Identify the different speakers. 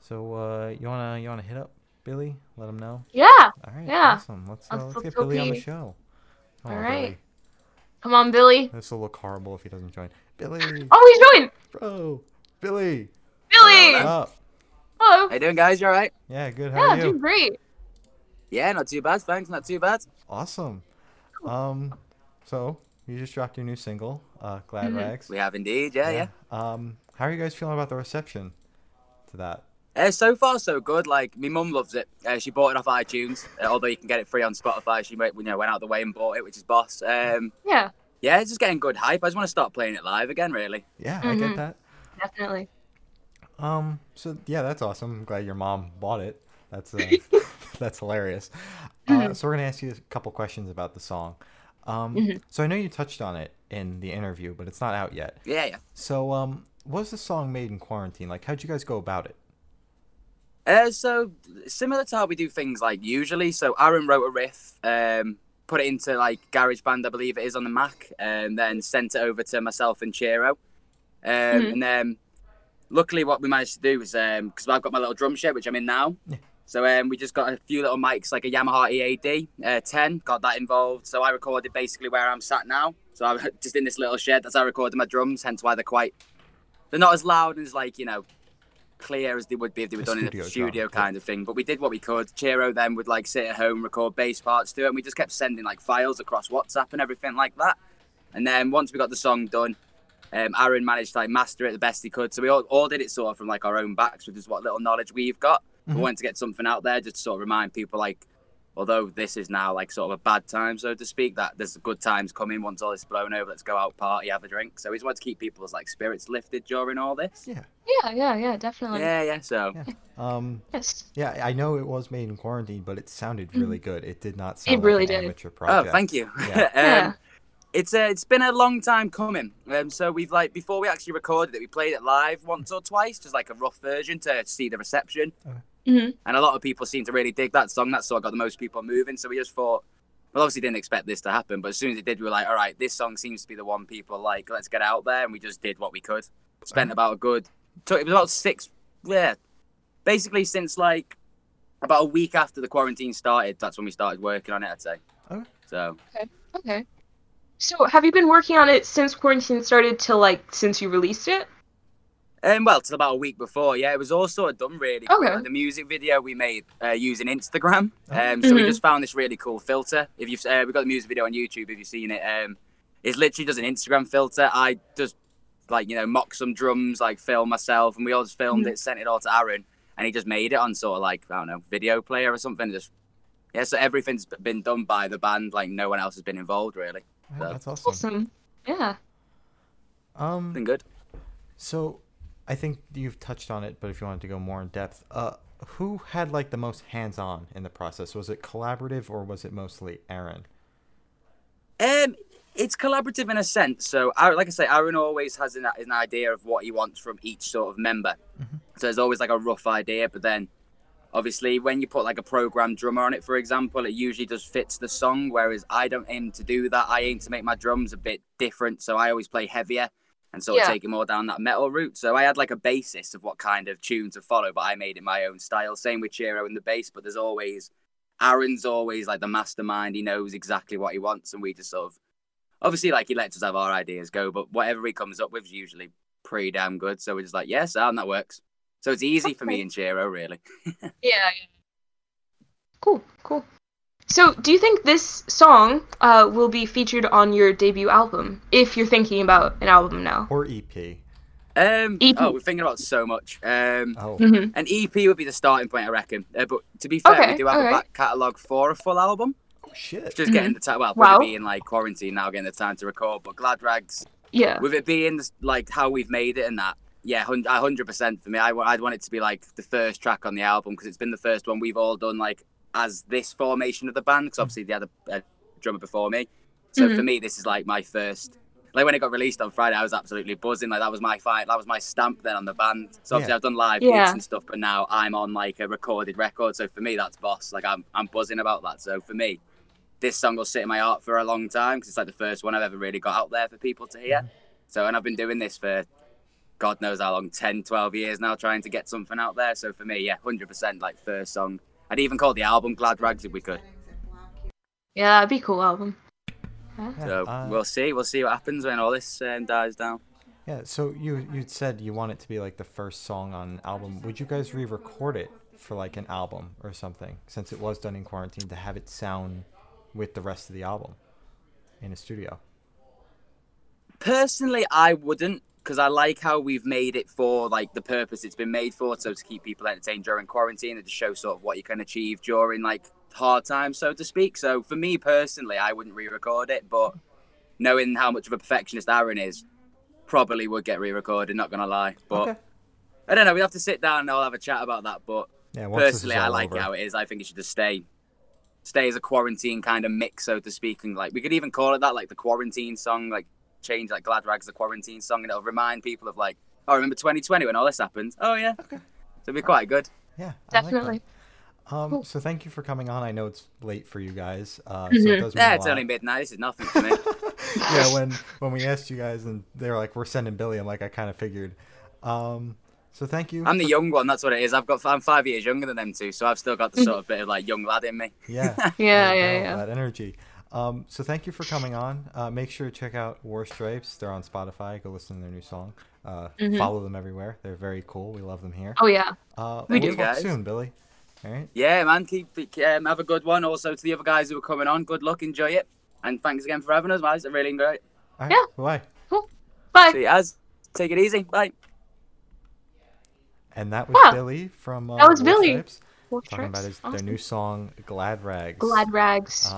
Speaker 1: So uh, you wanna you wanna hit up Billy? Let him know.
Speaker 2: Yeah.
Speaker 1: All right.
Speaker 2: Yeah.
Speaker 1: Awesome. Let's uh,
Speaker 2: Let's-
Speaker 1: let's
Speaker 2: let's
Speaker 1: get
Speaker 2: go
Speaker 1: Billy on the
Speaker 2: pee.
Speaker 1: show. Come
Speaker 2: All
Speaker 1: on,
Speaker 2: right.
Speaker 1: Billy.
Speaker 2: Come on, Billy.
Speaker 1: This will look horrible if he doesn't join. Billy,
Speaker 2: Oh, he's joined.
Speaker 1: bro, Billy,
Speaker 2: Billy.
Speaker 1: what up?
Speaker 2: Hello.
Speaker 3: How you doing, guys? You all right?
Speaker 1: Yeah, good. How
Speaker 2: Yeah,
Speaker 1: are you?
Speaker 2: doing great.
Speaker 3: Yeah, not too bad. Thanks, not too bad.
Speaker 1: Awesome. Um, so you just dropped your new single, uh, Glad
Speaker 2: Mhm.
Speaker 1: Rags.
Speaker 3: We have indeed. Yeah, yeah.
Speaker 1: Um, how are you guys feeling about the reception to that?
Speaker 3: Uh, so far, so good. Like, my mum loves it. Uh, she bought it off iTunes, uh, although you can get it free on Spotify. She went, you know, went out the way and bought it, which is boss. Um,
Speaker 2: Yeah,
Speaker 3: yeah, it's just getting good hype. I just want to start playing it live again, really.
Speaker 1: Yeah, I get
Speaker 2: Mhm.
Speaker 1: that.
Speaker 2: definitely.
Speaker 1: Um, so yeah, that's awesome. I'm glad your mom bought it. That's uh, that's hilarious. Uh, so we're gonna ask you a couple questions about the song. Um, so I know you touched on it in the interview, but it's not out yet.
Speaker 3: Yeah, yeah.
Speaker 1: So um, was the song made in quarantine? Like, how'd you guys go about it?
Speaker 3: Uh, so similar to how we do things like usually. So Aaron wrote a riff, um, put it into like GarageBand, I believe it is on the Mac, and then sent it over to myself and Chiro. Um,
Speaker 2: Mhm.
Speaker 3: And then, luckily, what we managed to do was because I've got my little drum shed, which I'm in now.
Speaker 1: Yeah.
Speaker 3: So um, we just got a few little mics, like a Yamaha EAD uh, 10, got that involved. So I recorded basically where I'm sat now. So I'm just in this little shed. That's how I recorded my drums. Hence why they're quite, they're not as loud and as like you know clear as they would be if they were
Speaker 1: A
Speaker 3: done in
Speaker 1: studio
Speaker 3: a
Speaker 1: job,
Speaker 3: studio
Speaker 1: yeah.
Speaker 3: kind of thing. But we did what we could. Chiro then would like sit at home, record bass parts to it, and we just kept sending like files across WhatsApp and everything like that. And then once we got the song done, um, Aaron managed to like master it the best he could. So we all, all did it sort of from like our own backs, which is what little knowledge we've got.
Speaker 1: Mhm.
Speaker 3: We wanted to get something out there just to sort of remind people like, although this is now like sort of a bad time, so to speak, that there's good times coming. Once all this blown over, let's go out, party, have a drink. So we just wanted to keep people's like spirits lifted during all this.
Speaker 1: Yeah.
Speaker 2: Yeah, yeah, yeah, definitely.
Speaker 3: Yeah, yeah. So
Speaker 1: Yeah. Um,
Speaker 2: Yes.
Speaker 1: yeah, I- I know it was made in quarantine, but it sounded really good. Mm-hmm. It did not sound like
Speaker 2: really
Speaker 1: an
Speaker 2: did.
Speaker 1: amateur
Speaker 3: Oh,
Speaker 1: project.
Speaker 3: thank you.
Speaker 1: Yeah.
Speaker 3: um,
Speaker 2: Yeah.
Speaker 3: It's uh, it's been a long time coming. Um, so we've like before we actually recorded it, we played it live once or twice, just like a rough version to see the reception.
Speaker 2: Mhm.
Speaker 3: And a lot of people seem to really dig that song. That's sort of got the most people moving. So we just thought, well, obviously didn't expect this to happen, but as soon as it did, we were like, all right, this song seems to be the one people like. Let's get out there, and we just did what we could. Spent about a good, took it was about six, yeah, basically since like about a week after the quarantine started. That's when we started working on it. I'd say.
Speaker 1: Okay.
Speaker 3: So.
Speaker 2: Okay. So, have you been working on it since quarantine started till like since you released it?
Speaker 3: Um, well, till about a week before, yeah. It was all sort of done really quick.
Speaker 2: Okay.
Speaker 3: Like, the music video we made uh, using Instagram.
Speaker 1: Oh.
Speaker 3: Um, so we
Speaker 2: Mhm.
Speaker 3: just found this really cool filter. If you've uh, we got the music video on YouTube, if you've seen it, um, it's literally just an Instagram filter. I just like you know mock some drums, like film myself, and we all just filmed it, sent it all to Aaron, and he just made it on sort of like I don't know video player or something. Just yeah, so everything's been done by the band. Like no one else has been involved really.
Speaker 1: Yeah, Oh, that's awesome.
Speaker 2: Awesome. Yeah.
Speaker 1: Um,
Speaker 3: Been good.
Speaker 1: So, I think you've touched on it, but if you wanted to go more in depth, uh, who had like the most hands-on in the process? Was it collaborative or was it mostly Aaron?
Speaker 3: Um, it's collaborative in a sense. So, Aaron- like I say, Aaron always has an, an idea of what he wants from each sort of member. So there's always like a rough idea, but then obviously when you put like a programmed drummer on it, for example, it usually just fits the song. Whereas I don't aim to do that. I aim to make my drums a bit different. So I always play heavier and sort of
Speaker 2: Yeah.
Speaker 3: take it more down that metal route. So I had like a basis of what kind of tune to follow, but I made it my own style. Same with Chiro and the bass, but there's always Aaron's always like the mastermind. He knows exactly what he wants, and we just sort of obviously like he lets us have our ideas go, but whatever he comes up with is usually pretty damn good. So we're just like, yes, yeah, and that works. So it's easy for me
Speaker 2: Okay.
Speaker 3: and Chiro, really.
Speaker 2: Yeah. Cool. Cool. So, do you think this song uh, will be featured on your debut album? If you're thinking about an album now.
Speaker 1: Or E EP?
Speaker 3: Um,
Speaker 2: EP.
Speaker 3: oh, we're thinking about so much. Um,
Speaker 1: Oh,
Speaker 2: Mm-hmm.
Speaker 3: an EP would be the starting point, I reckon. Uh, but to be fair,
Speaker 2: Okay,
Speaker 3: we do have
Speaker 2: alright.
Speaker 3: a back catalogue for a full album.
Speaker 1: oh, shit.
Speaker 3: It's just
Speaker 2: Mm-hmm.
Speaker 3: getting the time. Well,
Speaker 2: Wow.
Speaker 3: we're being like quarantine now, getting the time to record. But Glad Rags
Speaker 2: Yeah.
Speaker 3: with it being like how we've made it and that yeah hun- a 100% for me I, would want it to be like the first track on the album because it's been the first one we've all done like as this formation of the band because obviously they had a, a drummer before me so for me this is like my first like when it got released on Friday I was absolutely buzzing like that was my fight that was my stamp then on the band so obviously
Speaker 1: Yeah.
Speaker 3: I've done live
Speaker 2: Yeah.
Speaker 3: gigs and stuff but now I'm on like a recorded record so for me that's boss like I'm, I'm buzzing about that so for me this song will sit in my heart for a
Speaker 2: Mm-hmm.
Speaker 3: long time because it's like the first one I've ever really got out there for people to hear. So, and I've been doing this for God knows how long 10, 12 years now trying to get something out there. So for me, yeah, 100% like first song. I'd even call the album Glad Rags if we could.
Speaker 2: Yeah, that'd be a cool album. Yeah.
Speaker 3: So
Speaker 1: uh,
Speaker 3: we'll see. We'll see what happens when all this um, dies down.
Speaker 1: Yeah, so you you said you want it to be like the first song on an album. Would you guys re-record it for like an album or something since it was done in quarantine to have it sound with the rest of the album in a studio?
Speaker 3: Personally, I wouldn't because I like how we've made it for like the purpose it's been made for. So to keep people entertained during quarantine and to show sort of what you can achieve during like hard times, so to speak. So for me personally, I wouldn't re-record it, but knowing how much of a perfectionist Aaron is, probably would get re-recorded. Not gonna lie, but
Speaker 1: Okay.
Speaker 3: I don't know. We have to sit down and I'll have a chat about that. But
Speaker 1: Yeah, once this is
Speaker 3: personally, I
Speaker 1: all
Speaker 3: like
Speaker 1: over.
Speaker 3: it how it is. I think it should just stay, stay as a quarantine kind of mix, so to speak. And like we could even call it that, like the quarantine song, like change like Glad Rags the quarantine song, and it'll remind people of like, oh, remember 2020 when all this happened? Oh yeah. Okay. So it'd be quite good.
Speaker 1: Yeah, I like that.
Speaker 2: Definitely.
Speaker 1: Um, So thank you for coming on. I know it's late for you guys. Uh, so it does mean
Speaker 3: Yeah,
Speaker 1: a
Speaker 3: it's
Speaker 1: lot.
Speaker 3: Mm-hmm. only midnight. This is nothing for me.
Speaker 1: yeah, when when we asked you guys and they were like, "We're sending Billy," I'm like, I kind of figured. Um, so thank you.
Speaker 3: I'm the young one. That's what it is. I've got. I'm five years younger than them two, so I've still got the sort of bit of like young lad in me.
Speaker 1: yeah,
Speaker 2: Yeah,
Speaker 1: there you
Speaker 2: yeah,
Speaker 1: go,
Speaker 2: yeah.
Speaker 1: That energy. Um, so thank you for coming on. Uh, make sure to check out War Stripes. They're on Spotify. Go listen to their new song. Uh, Follow them everywhere. They're very cool. We love them here.
Speaker 2: Mm-hmm. Oh yeah.
Speaker 1: Uh,
Speaker 2: We
Speaker 1: will
Speaker 2: do,
Speaker 1: talk
Speaker 3: guys.
Speaker 1: soon, Billy. All right.
Speaker 3: Yeah, man. Keep keep- um, have a good one. Also to the other guys who are coming on, good luck, enjoy it, and thanks again for having us, guys. I really enjoyed it.
Speaker 1: All right.
Speaker 2: Yeah.
Speaker 1: Bye.
Speaker 2: Cool. Bye.
Speaker 3: See you guys. Take it easy. Bye.
Speaker 1: And that was
Speaker 2: Wow.
Speaker 1: Billy from uh,
Speaker 2: That was
Speaker 1: War
Speaker 2: Billy.
Speaker 1: Stripes,
Speaker 2: Wolf
Speaker 1: talking about
Speaker 2: Tracks.
Speaker 1: his,
Speaker 2: Awesome.
Speaker 1: their new song Glad Rags.
Speaker 2: Glad rags.